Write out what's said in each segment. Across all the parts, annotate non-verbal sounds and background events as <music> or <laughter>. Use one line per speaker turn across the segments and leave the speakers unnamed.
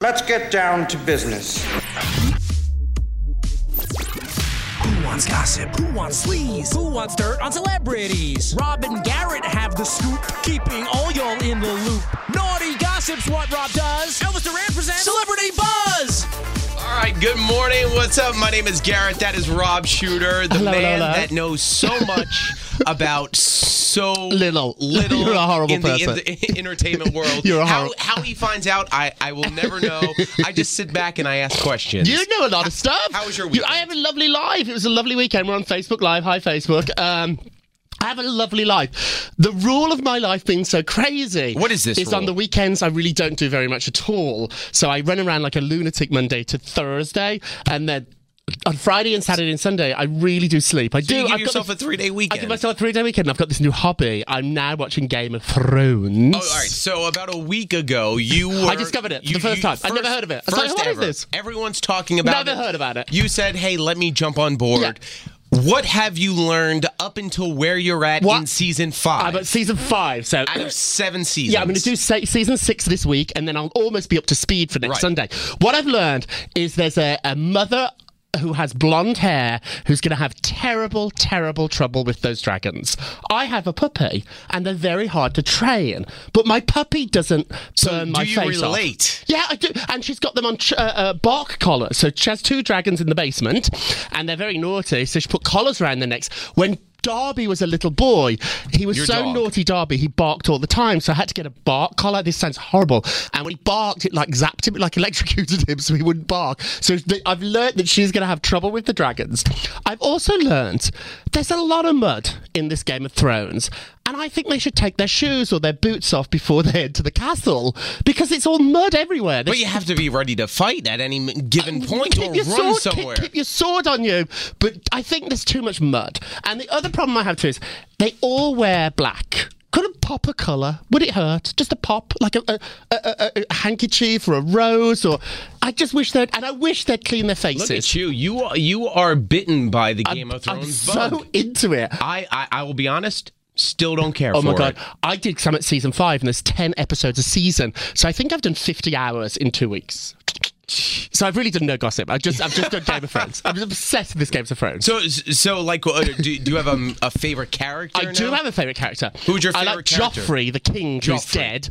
Let's get down to business.
Who wants gossip? Who wants sleaze? Who wants dirt on celebrities? Rob and Garrett have the scoop, keeping all y'all in the loop. Naughty gossip's what Rob does. Elvis Duran presents Celebrity Buzz.
All right, good morning. What's up? My name is Garrett. That is Rob Shooter, the
Hello,
man
hello.
that knows so
<laughs>
much about so
Little.
little
You're a horrible
in the,
person.
in the <laughs> entertainment world.
You're a
how,
horrible-
how he finds out, I, I will
<laughs>
never know. I just sit back and I ask questions.
You know a lot of stuff.
how was your
You-
weekend?
I have a lovely life. It was a lovely weekend. We're on Facebook Live. Hi, Facebook. Um, I have a lovely life. The rule of my life being so crazy.
What is this
Is on
rule?
the weekends I really don't do very much at all. So I run around like a lunatic Monday to Thursday, and then on Friday and Saturday and Sunday I really do sleep. I do.
you give
I've got
yourself
this-
a three-day
I
weekend.
give myself a three-day weekend. and I've got this new hobby. I'm now watching Game of Thrones.
Oh, all right. So about a week ago, you were.
I discovered it for the first time. I'd never heard of it. I was like,
first
what is
ever.
this?
Everyone's talking about it.
Never heard about it.
You said, hey, let me jump on board. What have you learned up until where you're at
What?
in season five?
I'm at season five. So
out of seven seasons.
Yeah, I'm going to do se- season six this week, and then I'll almost be up to speed for next
Right.
Sunday. What I've learned is there's a, a mother who has blonde hair who's going to have terrible, terrible trouble with those dragons. I have a puppy, and they're very hard to train, but my puppy doesn't burn my
do you
face off.
relate?
Yeah, I do. And she's got them on ch- uh, uh, bark collars. So she has two dragons in the basement, and they're very naughty. So she put collars around their necks. When Darby was a little boy, he was
Your
so
dog.
naughty, Darby, he barked all the time. So I had to get a bark collar. This sounds horrible. And when he barked, it like zapped him, it like electrocuted him so he wouldn't bark. So th- I've learned that she's going to have trouble with the dragons. I've also learned there's a lot of mud in this Game of Thrones. And I think they should take their shoes or their boots off before they <laughs> head to the castle because it's all mud everywhere.
But you have to be ready to fight at any m- given point or
Uh, Keep your,
run
sword, keep-
somewhere.
keep your sword on you, but I think there's too much mud. And the other problem I have too is they all wear black. Could a pop a colour? Would it hurt? Just a pop, like a, a, a, a, a handkerchief or a rose, or I just wish they'd and I wish they'd clean their faces.
Look at you. You are, you are bitten by the Game of
I'm
Thrones
so
bug.
into it.
I, I I will be honest. Still don't care.
Oh
for
my god!
It.
I did some at season five, and there's ten episodes a season, so I think I've done fifty hours in
<laughs>
two weeks. So I've really done no gossip. I just I've just done Game of Thrones. I'm obsessed with this Game of Thrones.
So so like, uh, do, do you have a, a favorite character?
I do
now?
have a favourite character.
Who's your
I
favourite
like
character?
Joffrey, the king who's
Joffrey.
dead,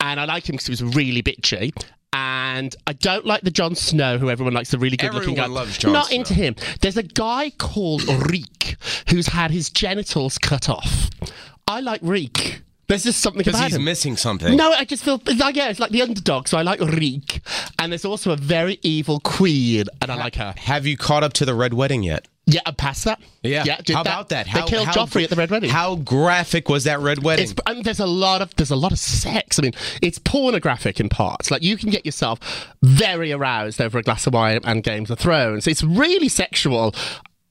and I like him because he was really bitchy. And I don't like the Jon Snow, who everyone likes, the really good-looking guy.
Everyone loves Jon
Not
Snow.
into him. There's a guy called Reek who's had his genitals cut off. I like Reek. There's just something
Because
about
he's
him.
missing something.
No, I just feel it's like yeah, it's like the underdog. So I like Reek, and there's also a very evil queen, and I like her.
Have you caught up to the red wedding yet?
Yeah, I passed that. yeah. did
How about that? How,
they killed
how-
Joffrey at the Red Wedding.
How graphic was that red wedding?
It's, I mean, there's a lot of there's a lot of sex. I mean, it's pornographic in parts. Like you can get yourself very aroused over a glass of wine and Games of Thrones. It's really sexual.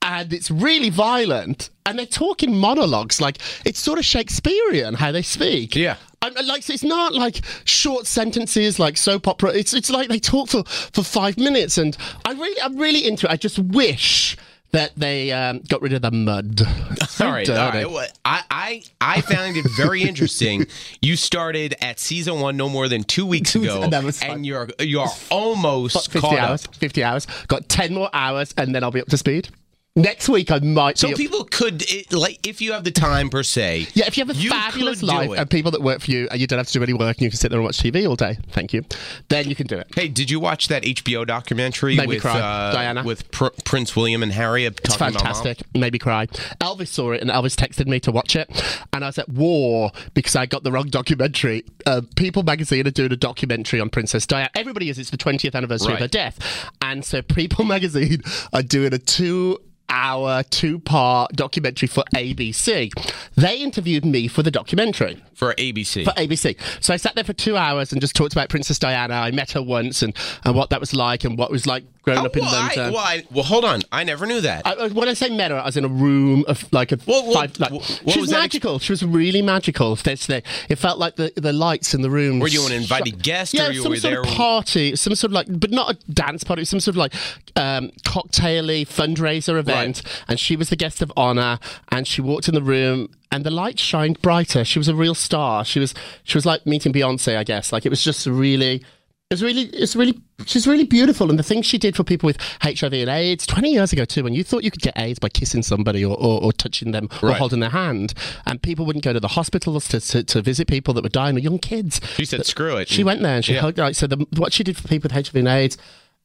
And it's really violent, and they're talking monologues like it's sort of Shakespearean how they speak.
Yeah.
I'm, I like so it's not like short sentences like soap opera. It's it's like they talk for, for five minutes, and I really I'm really into it. I just wish that they um, got rid of the mud. <laughs>
All right, all right. Well, I, I I found it
<laughs>
very interesting. You started at season one no more than two weeks
Two-
ago,
that was fun.
and you're you're almost
Got 50
caught
hours.
up.
50 hours. Got 10 more hours, and then I'll be up to speed. Next week, I might
So
be. Up-
people could it, like if you have the time per se.
yeah, if you have a
you
fabulous
could
life
do
and
it.
people that work for you, and you don't have to do any work, and you can sit there and watch TV all day. Thank you. Then you can do it.
Hey, did you watch that HBO documentary
Made me
with
cry.
uh,
Diana.
with Pr- Prince William and Harry?
It's fantastic. Made me cry. Elvis saw it, and Elvis texted me to watch it. And I was at war because I got the wrong documentary. Uh, People magazine are doing a documentary on Princess Diana. Everybody is. It's the 20th anniversary of
Right.
her death. And so People <laughs> magazine are doing a two hour, two part documentary for ABC. They interviewed me for the documentary
for ABC.
for ABC. So I sat there for two hours and just talked about Princess Diana. I met her once and, and what that was like and what it was like growing
Oh,
up in
well, I-
London. Uh,
well, I- well, hold on. I never knew that.
I, I- when I say meta, I was in a room of like a
What- what-
five. Like,
what- what
she
was
was,
that ex-
magical. she was really magical. That's the- it felt like the, the lights in the room.
Were you an invited
shut-
guest,
Yeah,
or you
some
were
sort of
there-
party, some sort of like, but not a dance party. It was some sort of like um, cocktaily fundraiser event. And she was the guest of honor. And she walked in the room, and the lights shined brighter. She was a real star. She was she was like meeting Beyonce, I guess. Like it was just really. It's really, it's really, she's really beautiful. And the things she did for people with HIV and AIDS 20 years ago, too, when you thought you could get AIDS by kissing somebody or, or, or touching them or
Right.
holding their hand, and people wouldn't go to the hospitals to, to, to visit people that were dying or young kids.
She said,
But
"Screw it."
She went there and she
Mm. Yeah.
hugged, like, so the, what she did for people with HIV and AIDS,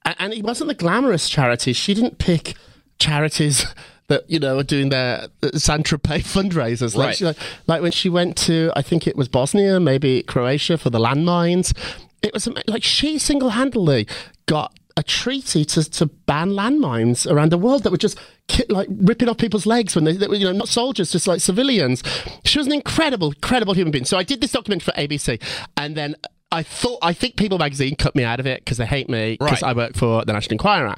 and, and it wasn't the glamorous charities. She didn't pick charities. That you know are doing their San Tropez fundraisers, like,
Right.
she, like like when she went to I think it was Bosnia, maybe Croatia for the landmines. It was ama- like she single-handedly got a treaty to, to ban landmines around the world that were just ki- like ripping off people's legs when they, they were you know not soldiers just like civilians. She was an incredible incredible human being. So I did this document for ABC and then I thought I think People magazine cut me out of it because they hate me because
Right.
I work for the National Enquirer.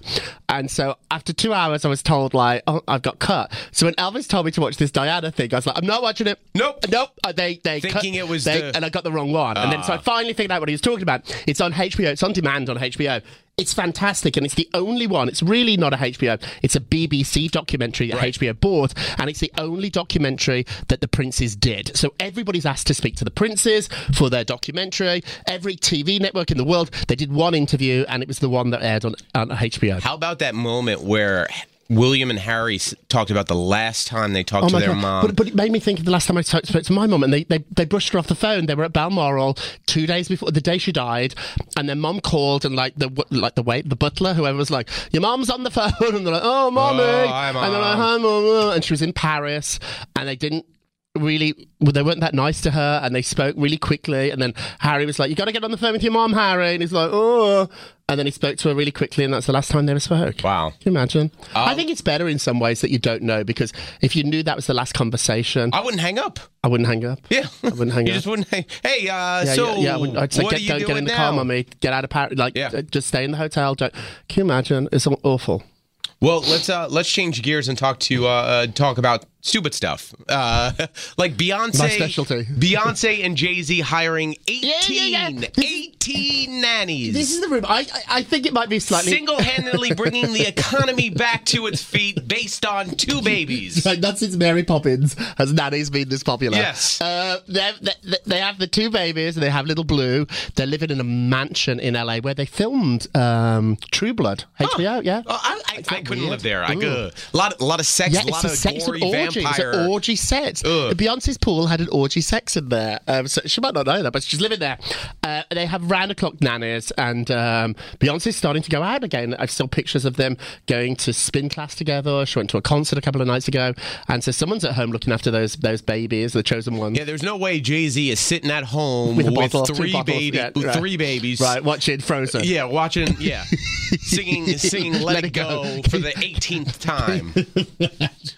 And so after two hours, I was told like, "Oh, I've got cut." So when Elvis told me to watch this Diana thing, I was like, "I'm not watching it."
Nope.
nope. Uh, They they cut-
Thinking it was
they-
the-
and I got the wrong one. And then so I finally figured out what he was talking about. It's on HBO. It's on demand on HBO. It's fantastic, and it's the only one. It's really not a HBO. It's a BBC documentary that
Right.
HBO bought, and it's the only documentary that the princes did. So everybody's asked to speak to the princes for their documentary. Every TV network in the world, they did one interview, and it was the one that aired on, on HBO.
How about that moment where William and Harry s- talked about the last time they talked to their mom?
Oh But, but it made me think of the last time I spoke spoke to my mom, and they, they, they brushed her off the phone. They were at Balmoral two days before the day she died, and their mom called, and like the like the wait the butler, whoever was like, "Your mom's on the <laughs> phone," and they're like, "Oh, mommy,"
Oh, hi,
and they're like,
Mom.
"Hi, mom," and she was in Paris, and they didn't. Really, well, they weren't that nice to her, and they spoke really quickly. And then Harry was like, "You got to get on the phone with your mom, Harry." And he's like, "Oh," and then he spoke to her really quickly, and that's the last time they ever spoke.
Wow.
Can you imagine? I
Um,
think it's better in some ways that you don't know because if you knew that was the last conversation, I,
I wouldn't hang up. <laughs>
wouldn't hang up.
Yeah,
I wouldn't hang
you
up.
just wouldn't. Hang. Hey, uh,
yeah,
so
yeah, yeah, I wouldn't, I'd say
what
get,
are you
don't
doing
get in the
now?
car, mummy. Get out of Paris. Like,
Yeah.
uh, just stay in the hotel. Don't. Can you imagine? It's aw- awful.
Well, let's uh, let's change gears and talk to uh, uh, talk about stupid stuff, uh, <laughs> like Beyonce.
My specialty. <laughs>
Beyonce and Jay Z hiring 18,
yeah, yeah. This is-
18 nannies.
This is the room. I, I, I think it might be slightly.
Single-handedly bringing the economy back to its feet, based on two
<laughs>
babies.
<laughs> Like, not since Mary Poppins has nannies been this popular.
Yes.
Uh, they, they, they have the two babies and they have little Blue. They're living in a mansion in LA where they filmed um, True Blood. HBO, yeah.
Oh, I, I, I couldn't
weird?
live there. I
Ooh.
could. A lot, a lot of sex,
Yeah,
a lot
it's a
of
sex
gory
and orgy. It's
vampire.
an orgy set.
Ugh.
Beyonce's pool had an orgy sex in there. Um, so she might not know that, but she's living there. Uh, they have round the clock nannies, and um, Beyonce's starting to go out again. I've still pictures of them going to spin class together. She went to a concert a couple of nights ago, and so someone's at home looking after those those babies, the chosen ones.
Yeah, there's no way Jay Z is sitting at home
With
with,
a bottle, two
three,
bottles,
baby,
yeah,
with
right.
three babies.
Right, watching Frozen.
Yeah, watching.
<laughs>
Yeah, singing, singing, "Let, It Go" for the 18th
<laughs>
time.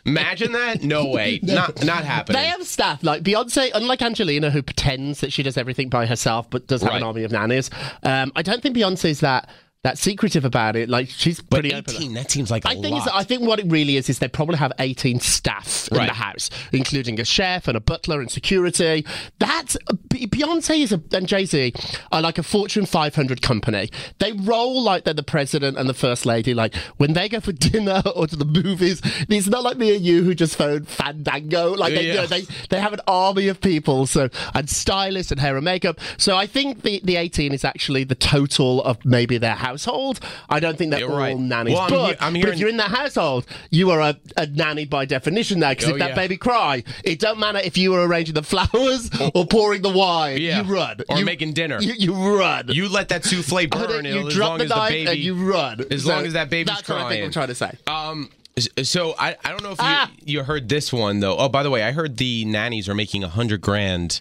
Imagine that? No way. Not, not happening.
They have staff like Beyonce, unlike Angelina, who pretends that she does everything by herself, but does have an
Right.
army of nannies. Um, I don't think Beyonce's that that secretive about it. Like she's
but
pretty open.
18, that seems like a
I think
lot.
it's, I think what it really is is they probably have 18 staff in
Right.
the house, including a chef and a butler and security. That's B- Beyonce is a, and Jay Z are like a Fortune 500 company. They roll like they're the president and the first lady. Like when they go for dinner <laughs> or to the movies, it's not like me and you who just phone Fandango. Like they, you know,
Yeah.
they they have an army of people. So and stylists and hair and makeup. So I think the the 18 is actually the total of maybe their household. I don't think they're
You're
all
right.
nannies.
Well, I'm
but,
he- I'm
but
hearing-
if you're in that household, you are a, a nanny by definition there. Because
Oh,
if that
yeah.
baby cry, it don't matter if you were arranging
<laughs>
the flowers or pouring the wine.
Yeah.
You run.
Or
You-
making dinner.
You, you run.
you let that souffle
<laughs> I
burn
don't-
as
you
long
drop the
as the
knife
baby
and you run.
As
So
long as that baby's
that's
crying.
what I think I'm trying to say.
Um, s- so I, I don't know if you,
Ah.
you heard this one though. Oh, by the way, I heard the nannies are making a hundred grand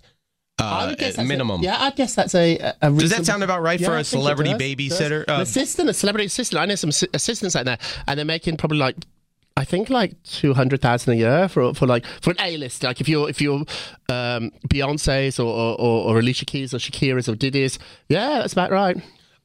Oh, I
uh,
would guess
at
that's a-
minimum.
yeah, I guess that's a. a- a
Does that
reasonable-
sound about right for
I
a
think it
celebrity
does.
babysitter?
Does. An
Uh,
assistant, a celebrity assistant. I know some assi- assistants out there, and they're making probably like. I think like two hundred thousand a year for for like for an A list. Like if you're if you're um, Beyonce's or, or or or Alicia Keys or Shakira's or Diddy's, yeah, that's about right.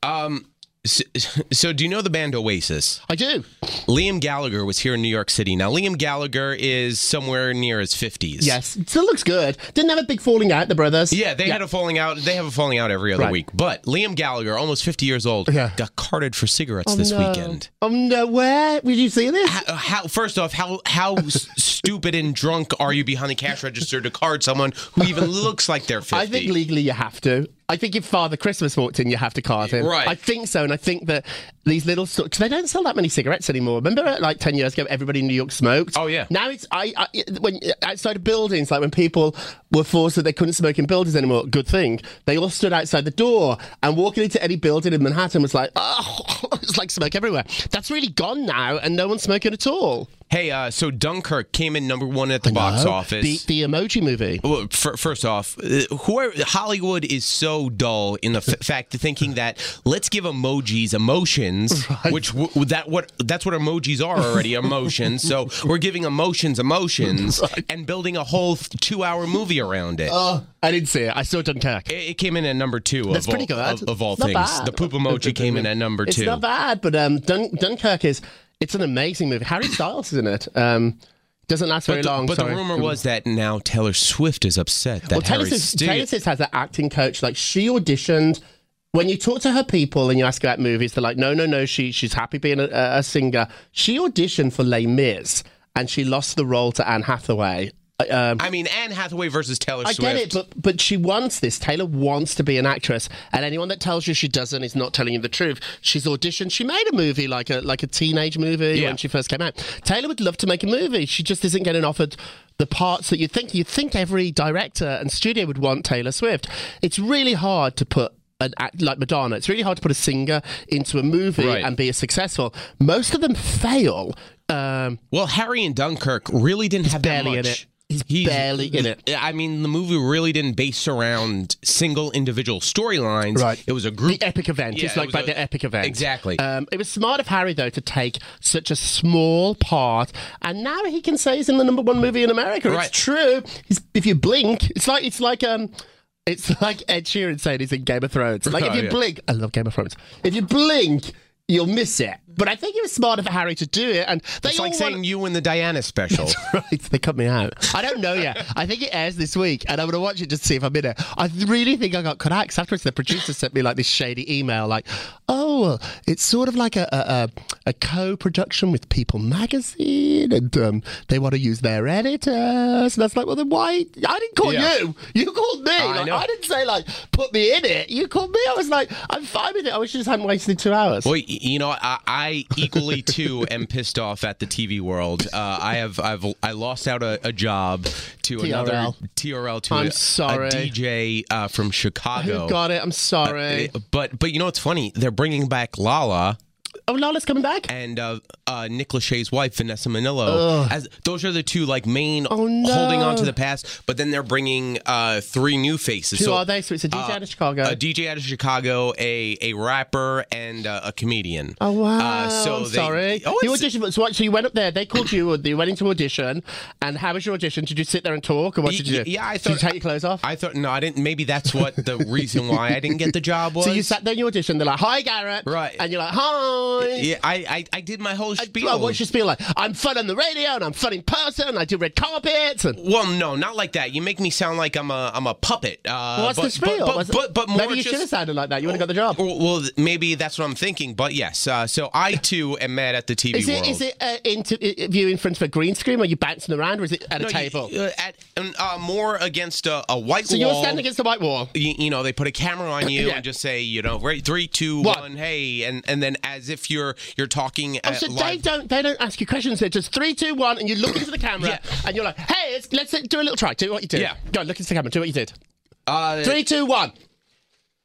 Um, so, so do you know the band Oasis?
I do.
Liam Gallagher was here in New York City. Now Liam Gallagher is somewhere near his fifties.
Yes, it still looks good. Didn't have a big falling out. The brothers.
Yeah, they had a falling out. They have a falling out every other
Right.
week. But Liam Gallagher, almost 50 years old,
Yeah.
got carded for cigarettes this
no.
weekend.
Oh no! Where did you see this?
Uh, How first off, how how <laughs> s- stupid and drunk are you behind the cash register to card someone who even looks like they're 50?
I think legally you have to. I think if Father Christmas walked in, you have to card him.
Right.
I think so, and I think that these little because they don't sell that many cigarettes anymore. Remember, uh, like ten years ago, everybody in New York smoked.
Oh, yeah.
Now it's I, I when uh, outside of buildings, like when people were forced that they couldn't smoke in buildings anymore. Good thing they all stood outside the door, and walking into any building in Manhattan was like, oh, <laughs> it's like smoke everywhere. That's really gone now, and no one's smoking at all.
Hey, uh, so Dunkirk came in number one at the box
No.
office.
The, the emoji movie.
Well, fir- first off, uh, whoever Hollywood is so dull in the f- fact of thinking that let's give emojis
<laughs>
emotions, which w- that what that's what emojis are already emotions. so we're giving emotions
<laughs>
emotions and building a whole two-hour movie around it.
Oh, I didn't see it. I saw Dunkirk.
it. It came in at number two.
That's
of
pretty
all,
good.
Of, of all
It's not
things,
bad.
the poop emoji came in at number
It's
two.
not bad, but um, Dun- Dunkirk is it's an amazing movie. Harry Styles is in it. Um, doesn't last very
but the,
long.
but the
sorry.
rumor was that now Taylor Swift is upset that
well, Taylor
Harry
Swift,
Sti-
Taylor Swift has an acting coach. Like she auditioned. When you talk to her people and you ask about movies, they're like, no, no, no. She she's happy being a, a singer. She auditioned for Les Mis and she lost the role to Anne Hathaway. Uh, Um,
I mean, Anne Hathaway versus Taylor
I
Swift.
get it, but but she wants this. Taylor wants to be an actress, and anyone that tells you she doesn't is not telling you the truth. She's auditioned. She made a movie like a like a teenage movie
Yeah.
when she first came out. Taylor would love to make a movie. She just isn't getting offered the parts that you think you think every director and studio would want Taylor Swift. It's really hard to put. An act, like Madonna, it's really hard to put a singer into a movie
Right.
and be successful. Most of them fail. Um,
Well, Harry and Dunkirk really didn't have
barely in
that much.
it. He's barely in it.
I mean, the movie really didn't base around single individual storylines.
Right.
It was a group.
the epic event.
Yeah,
it's
it
like
was
about
a-
the epic event.
Exactly.
Um, it was smart of Harry though to take such a small part, and now he can say he's in the number one movie in America.
Right.
It's true. He's, if you blink, it's like it's like um. It's <laughs> like Ed Sheeran saying he's in Game of Thrones. Like if
Oh,
you
yeah.
blink, I love Game of Thrones. If you blink, you'll miss it. But I think it was smart of Harry to do it, and they
it's
all
like
want-
saying you and the Diana special.
<laughs> Right, they cut me out. I don't know yet. I think it airs this week, and I'm going to watch it just to see if I'm in it. I really think I got cut out 'cause afterwards the producer sent me like this shady email, like, "Oh, it's sort of like a a, a, a co-production with People Magazine, and um, they want to use their editors." And I was like, "Well, then why? I didn't call
Yeah.
you. You called me.
I
Like,
know.
I didn't say like put me in it. You called me. I was like, I'm fine with it. I wish you just hadn't wasted two hours."
Well, y- you know, I, I equally too am pissed off at the TV world. Uh, I have I've I lost out a, a job to another
TRL.
TRL to
I'm
a, a
sorry.
DJ uh, from Chicago.
Who got it? I'm
Uh,
sorry.
But but you know what's funny? They're bringing back Lala.
oh, Lala's coming back.
and uh, uh, Nick Lachey's wife Vanessa Manillo. As those are the two like main
Oh, no.
holding on to the past, but then they're bringing uh, three new faces.
Who
so,
are they? So it's a DJ
uh,
out of Chicago.
A DJ out of Chicago, a a rapper, and uh, a comedian.
Oh wow!
Uh, so
I'm
they-
sorry.
Oh,
you
it's-
auditioned. for- So, what, so you went up there. They called you. or You went into audition. And how was your audition? Did you sit there and talk, or what
Y-
did you do?
y- yeah, I
Did you
thought-
take your clothes off?
I thought no, I didn't. Maybe that's what the reason why I didn't get the job was.
<laughs> so you sat there in your audition. They're like, "Hi, Garrett."
Right.
And you're like, "Hi."
Yeah, I, I I did my whole spiel.
Well, what's your spiel like? I'm fun on the radio, and I'm fun in person, and I do red carpets. And
Well, no, not like that. You make me sound like I'm a I'm a puppet. Uh,
what's
but,
the spiel?
But but,
What's-
but, but more
maybe you
just, Oh,
should have sounded like that. You would have got the job.
Well, well, th- maybe that's what I'm thinking. But yes, uh, so I too am mad at the TV
Is it
world.
is it uh, interview in front of a green screen? Are you bouncing around, or is it at a
No, you-
table?
uh, at, um, uh, more against a, a white
so
wall.
you're standing against the white wall.
you, you know, they put a camera on you
Yeah.
and just say, you know, right, three, two, one,
What?
hey, and and then as if you're you're talking.
Oh,
at
so they
uh, live-
don't they don't ask you questions. They're just three, two, one, and you look into the camera
Yeah.
and you're like, "Hey, it's, let's do a little try. Do what you did.
Yeah.
Go on, look into the camera. Do what you did.
Uh,
Three, two, one.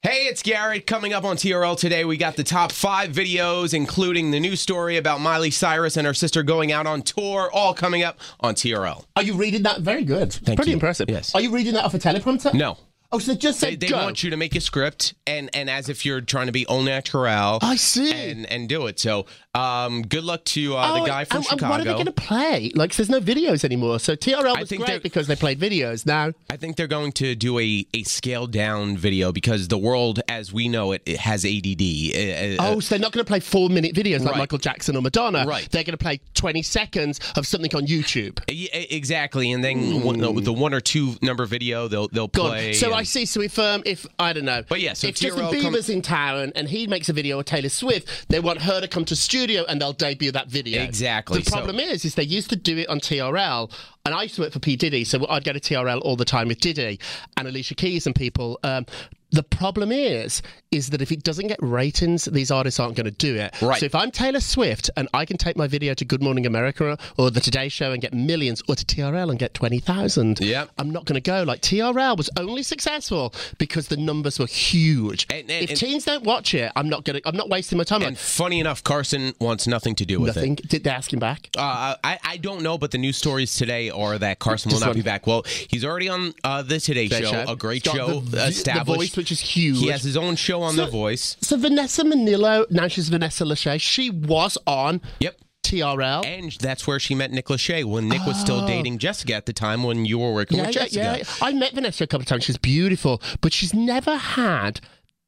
Hey, it's Garrett. Coming up on TRL today, we got the top five videos, including the news story about Miley Cyrus and her sister going out on tour, all coming up on TRL.
Are you reading that? Very good. Pretty
you.
impressive.
Yes.
Are you reading that off a teleprompter?
No.
Oh, so they just
They,
said
they
go.
want you to make a script, and and as if you're trying to be au naturel.
I see.
And and do it. So, um, good luck to uh,
Oh,
the guy from
and, and
Chicago.
what are they going to play? Like, 'cause there's no videos anymore. So TRL
I
was
think they're-
great because they played videos. Now,
I think they're going to do a, a scaled down video because the world as we know it, it has ADD. Uh, uh,
oh, so they're not going to play four minute videos like
Right.
Michael Jackson or Madonna.
Right.
They're going to play 20 seconds of something on YouTube.
yeah, e, exactly. And then one, the, the one or two number video they'll they'll
God.
play.
So I
and-
see. So if um, if I don't know,
But yeah, so
if Justin
TRL come-
Bieber's in town and he makes a video of Taylor Swift, they want her to come to studio and they'll debut that video.
Exactly,
The
so-
problem is, is they used to do it on TRL, and I used to work for P Diddy, so I'd go to TRL all the time with Diddy and Alicia Keys and people. Um, The problem is, is that if it doesn't get ratings, these artists aren't going to do it.
Right.
So if I'm Taylor Swift and I can take my video to Good Morning America or the Today Show and get millions, or to TRL and get twenty thousand,
Yep.
I'm not going to go. Like TRL was only successful because the numbers were huge.
And- and-
if
and-
teens don't watch it, I'm not going. to I'm not wasting my time.
And funny enough, Carson wants nothing to do with it.
Nothing. Did they ask him back?
Uh, I, I don't know, but the news stories today are that Carson will
Just
not
one.
be back. Well, he's already on uh, the Today
Today
show,
Show.
a great
He's got
show
the- the- The
established.
Voice, which is huge.
He has his own show on
So-
The Voice.
So Vanessa Manillo, now she's Vanessa Lachey. She was on
Yep.
TRL.
And that's where she met Nick Lachey when Nick was still dating Jessica at the time when you were working
Oh. yeah,
with
yeah,
Jessica.
yeah. I met Vanessa a couple of times. She's beautiful, but she's never had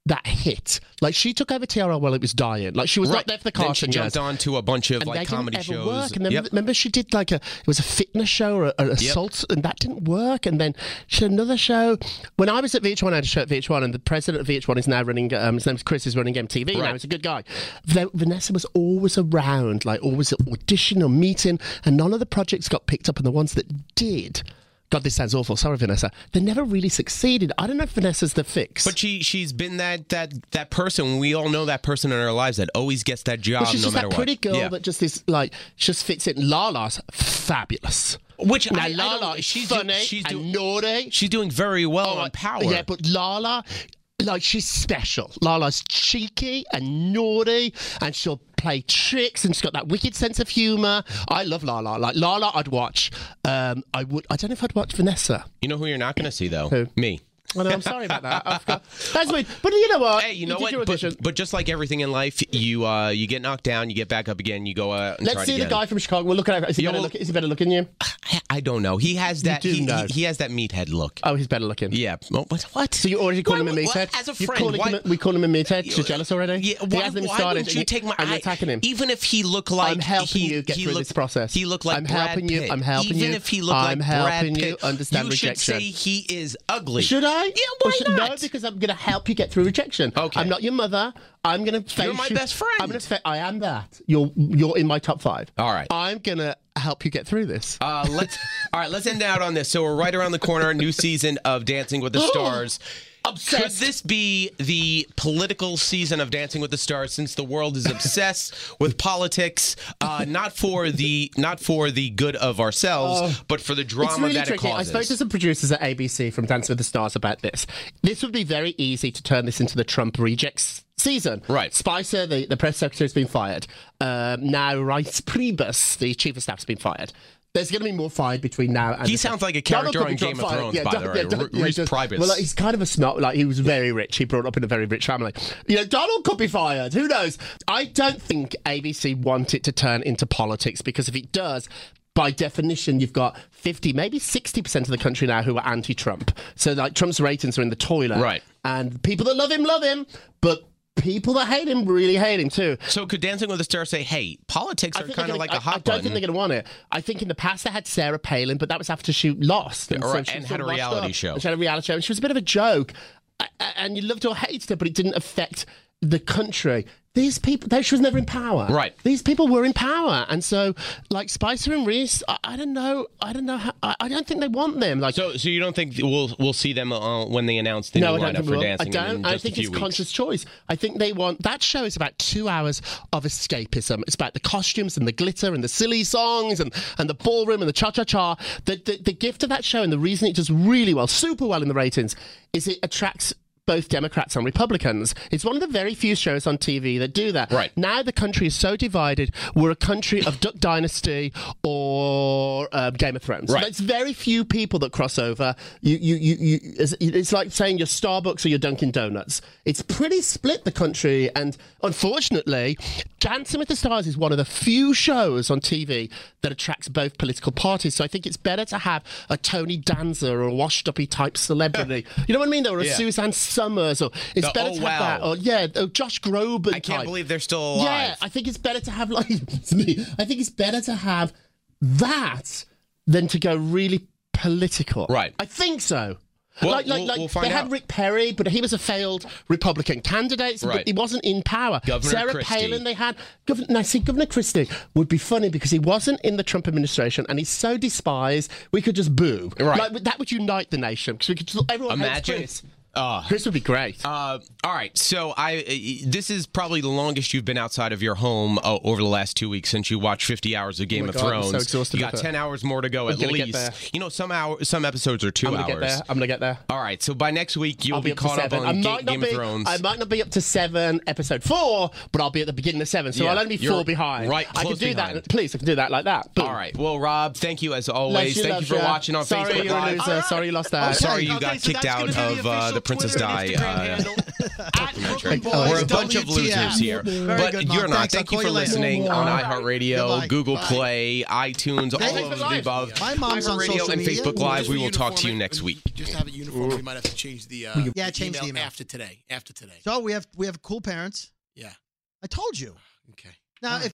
that hit. Like she took over TRL while it was dying. Like she was not there for the
then she
Carson
jumped
years.
onto a bunch of
and they
like comedy
didn't ever
shows.
work. And then,
Yep.
remember, she did like a it was a fitness show or a, or a assault, and that didn't work. And then she had another show. When I was at VH1, I had a show at VH1, and the president of VH1 is now running. Um, his name's Chris. Is running MTV
Right.
now. He's a good guy. Then Vanessa was always around, like always at audition or meeting, and none of the projects got picked up, and the ones that did. God, this sounds awful. Sorry, Vanessa. They never really succeeded. I don't know if Vanessa's the fix.
But she she's been that that that person. We all know that person in our lives that always gets that job
Well, she's
no
just
matter
that pretty
what.
girl
Yeah.
that just is like just fits in. Lala's fabulous.
Which
now
I- I
Lala
don't-
is
she's do-
funny
she's do-
and naughty.
she's doing very well
Oh,
on Power.
Yeah, but Lala, like she's special. Lala's cheeky and naughty, and she'll play tricks, and she's got that wicked sense of humour. I love Lala. Like Lala, I'd watch. Um, I would. I don't know if I'd watch Vanessa.
you know who you're not going to see though? Me.
I know. I'm sorry about that. I <laughs> forgot. That's weird. But Uh, you know what?
Hey, you know
did your
what? But,
audition.
but just like everything in life, you uh, you get knocked down, you get back up again, you go out. And
Let's
try it
see the
again.
guy from Chicago. We'll look at. Is he,
Yeah,
better,
well-
look, is he better looking than you? <sighs>
I- I don't know. He has that.
do
he,
know.
he, he has that meathead look.
Oh, he's better looking.
yeah. Oh, What? What?
So you already call
Why
him a
would-
meathead?
what- As a
You
friend,
calling
why,
him a- we call him a meathead. You're jealous already?
Yeah,
he
why,
hasn't even
why
started.
wouldn't you
and
take my?
and you're
I-
attacking him.
Even if he looked like
I'm helping
he,
you get
he
through
looked,
this process.
He looked like
I'm
Brad
helping
Pitt.
you. I'm helping
even
you.
if he looked
I'm
like
helping
Brad
you
Pitt,
understand
you
rejection.
should say he is ugly.
Should I?
Yeah.
Or
Why
should-
not?
No, because I'm going to help you get through rejection.
Okay.
I'm not your mother. I'm going to face
my
you.
best friend.
I'm going to. Fa- I am that. You're you're in my top five.
All right.
I'm going to help you get through this.
Uh, let's all right. Let's end out on this. So we're right around the corner. New season of Dancing
<gasps>
with the Stars.
Obsessed.
Could this be the political season of Dancing with the Stars? Since the world is obsessed with politics, uh, not for the not for the good of ourselves, but for the drama
Oh. It's really
that
tricky.
it
I
causes.
spoke to some producers at ABC from Dance with the Stars about this. This would be very easy to turn this into the Trump rejects season.
Right.
Spicer, the, the press secretary, has been fired. Um, now Rice Priebus, the chief of staff, has been fired. There's going to be more fired between now and.
He sounds like a character
Donald
on
Trump
Game of
fired.
Thrones,
Yeah,
by
Don-
the
yeah,
way.
Don-
Re-
yeah,
Reese
just-
Priebus.
Well, like, he's kind of a snob. Like he was very rich. He brought up in a very rich family. You know, Donald could be fired. Who knows? I don't think ABC want it to turn into politics because if it does. By definition, you've got 50, maybe 60% of the country now who are anti Trump. So, like, Trump's ratings are in the toilet.
Right.
And people that love him, love him. But people that hate him really hate him, too.
so could Dancing with the Stars say, "Hey, politics
I
are
think
kind
they're
of like
gonna-
a
I, I
hot
don't
button"?
think they're going to want it. I think in the past they had Sarah Palin, but that was after she lost and,
Yeah, right,
she
and
was
had
all
a
washed
reality
up.
show.
She had a reality show, and she was a bit of a joke, A- a- and you loved or hated her, but it didn't affect the country. These people, they, she was never in power.
Right.
These people were in power, and so like Spicer and Reese, I, I don't know, I don't know, how, I, I don't think they want them. Like
So, so you don't think we'll we'll see them uh, when they announce the new lineup
we
for
will.
Dancing?
I don't.
in
I
just a
think it's
few weeks?
conscious choice. I think they want that show is about two hours of escapism. It's about the costumes and the glitter and the silly songs and, and the ballroom and the cha cha cha. The, the the gift of that show and the reason it does really well, super well in the ratings, is it attracts. Both Democrats and Republicans. It's one of the very few shows on TV that do that.
Right.
Now the country is so divided. We're a country of Duck Dynasty or um, Game of Thrones.
Right.
That's very few people that cross over. You, you, you, you, it's- it's like saying your Starbucks or your Dunkin' Donuts. It's pretty split the country, and unfortunately, Dancing with the Stars is one of the few shows on TV that attracts both political parties. So I think it's better to have a Tony Danza or a washed-uppy
<laughs>
type celebrity. you know what I mean? Though, Or a
Yeah.
Suzanne Summers, or it's
The
better
oh
to have
wow.
that. Or yeah, or Josh Groban.
I can't
type.
believe they're still alive.
Yeah, I think it's better to have <laughs> like it's me. I think it's better to have that than to go really political.
Right.
I think so.
Well,
like, like,
we'll-
like
we'll find
they
out.
had Rick Perry, but he was a failed Republican candidate,
Right.
but he wasn't in power.
Governor
Sarah
Christie.
Palin, they had. Governor, now, see, Governor Christie would be funny because he wasn't in the Trump administration, and he's so despised. We could just boo.
Right.
Like, that would unite the nation because we could just everyone hates
Imagine.
Chris. Chris would be great.
Uh, all right, so I uh, this is probably the longest you've been outside of your home uh, over the last two weeks since you watched 50 hours of Game
Oh my
of
God, I'm so
Thrones.
exhausted
you
with
got
it.
10 hours more to go at
gonna get there.
least. You know, some hour, some episodes are 2
I'm gonna
hours.
get there. I'm gonna get there.
All right, so by next week you'll
I'll
be,
up to
caught up
seven.
on
I
Ga-
might not
Game
be,
of Thrones.
I might not be up to seven, episode four, but I'll be at the beginning of seven, so
Yeah,
I'll only be
you're
four behind.
right
I can
close
do
behind.
that. Please, I can do that like that. Boom.
all right, well, Rob, thank you as always.
you,
thank you
loves
for
ya.
watching on
Sorry,
Facebook
you're a
Live.
loser. Sorry, you lost that.
Uh, Sorry you got
Okay, so
kicked
that's
out
gonna be
of uh,
official
the Princess
Twitter
Di.
and Instagram
Uh, <laughs>
handle at Brooklyn
Thank-
Boys
Boys,
We're a bunch of
WTF.
losers here.
Very
but
good, Mom.
you're not.
Thanks. I'll
Thank you
call
for
later.
listening on iHeartRadio,
Goodbye.
Google
Bye.
Play, iTunes,
Thanks
all
for
of the
live.
above.
My mom's on
iHeartRadio
social
and
media.
Facebook Live.
Just
We
for
will talk to
uniform,
you
it-
next week.
Just have it uniform. We might have to change the uh,
Yeah, change the email.
after today. After today.
So we have we have cool parents.
Yeah.
I told you.
Okay.
Now, if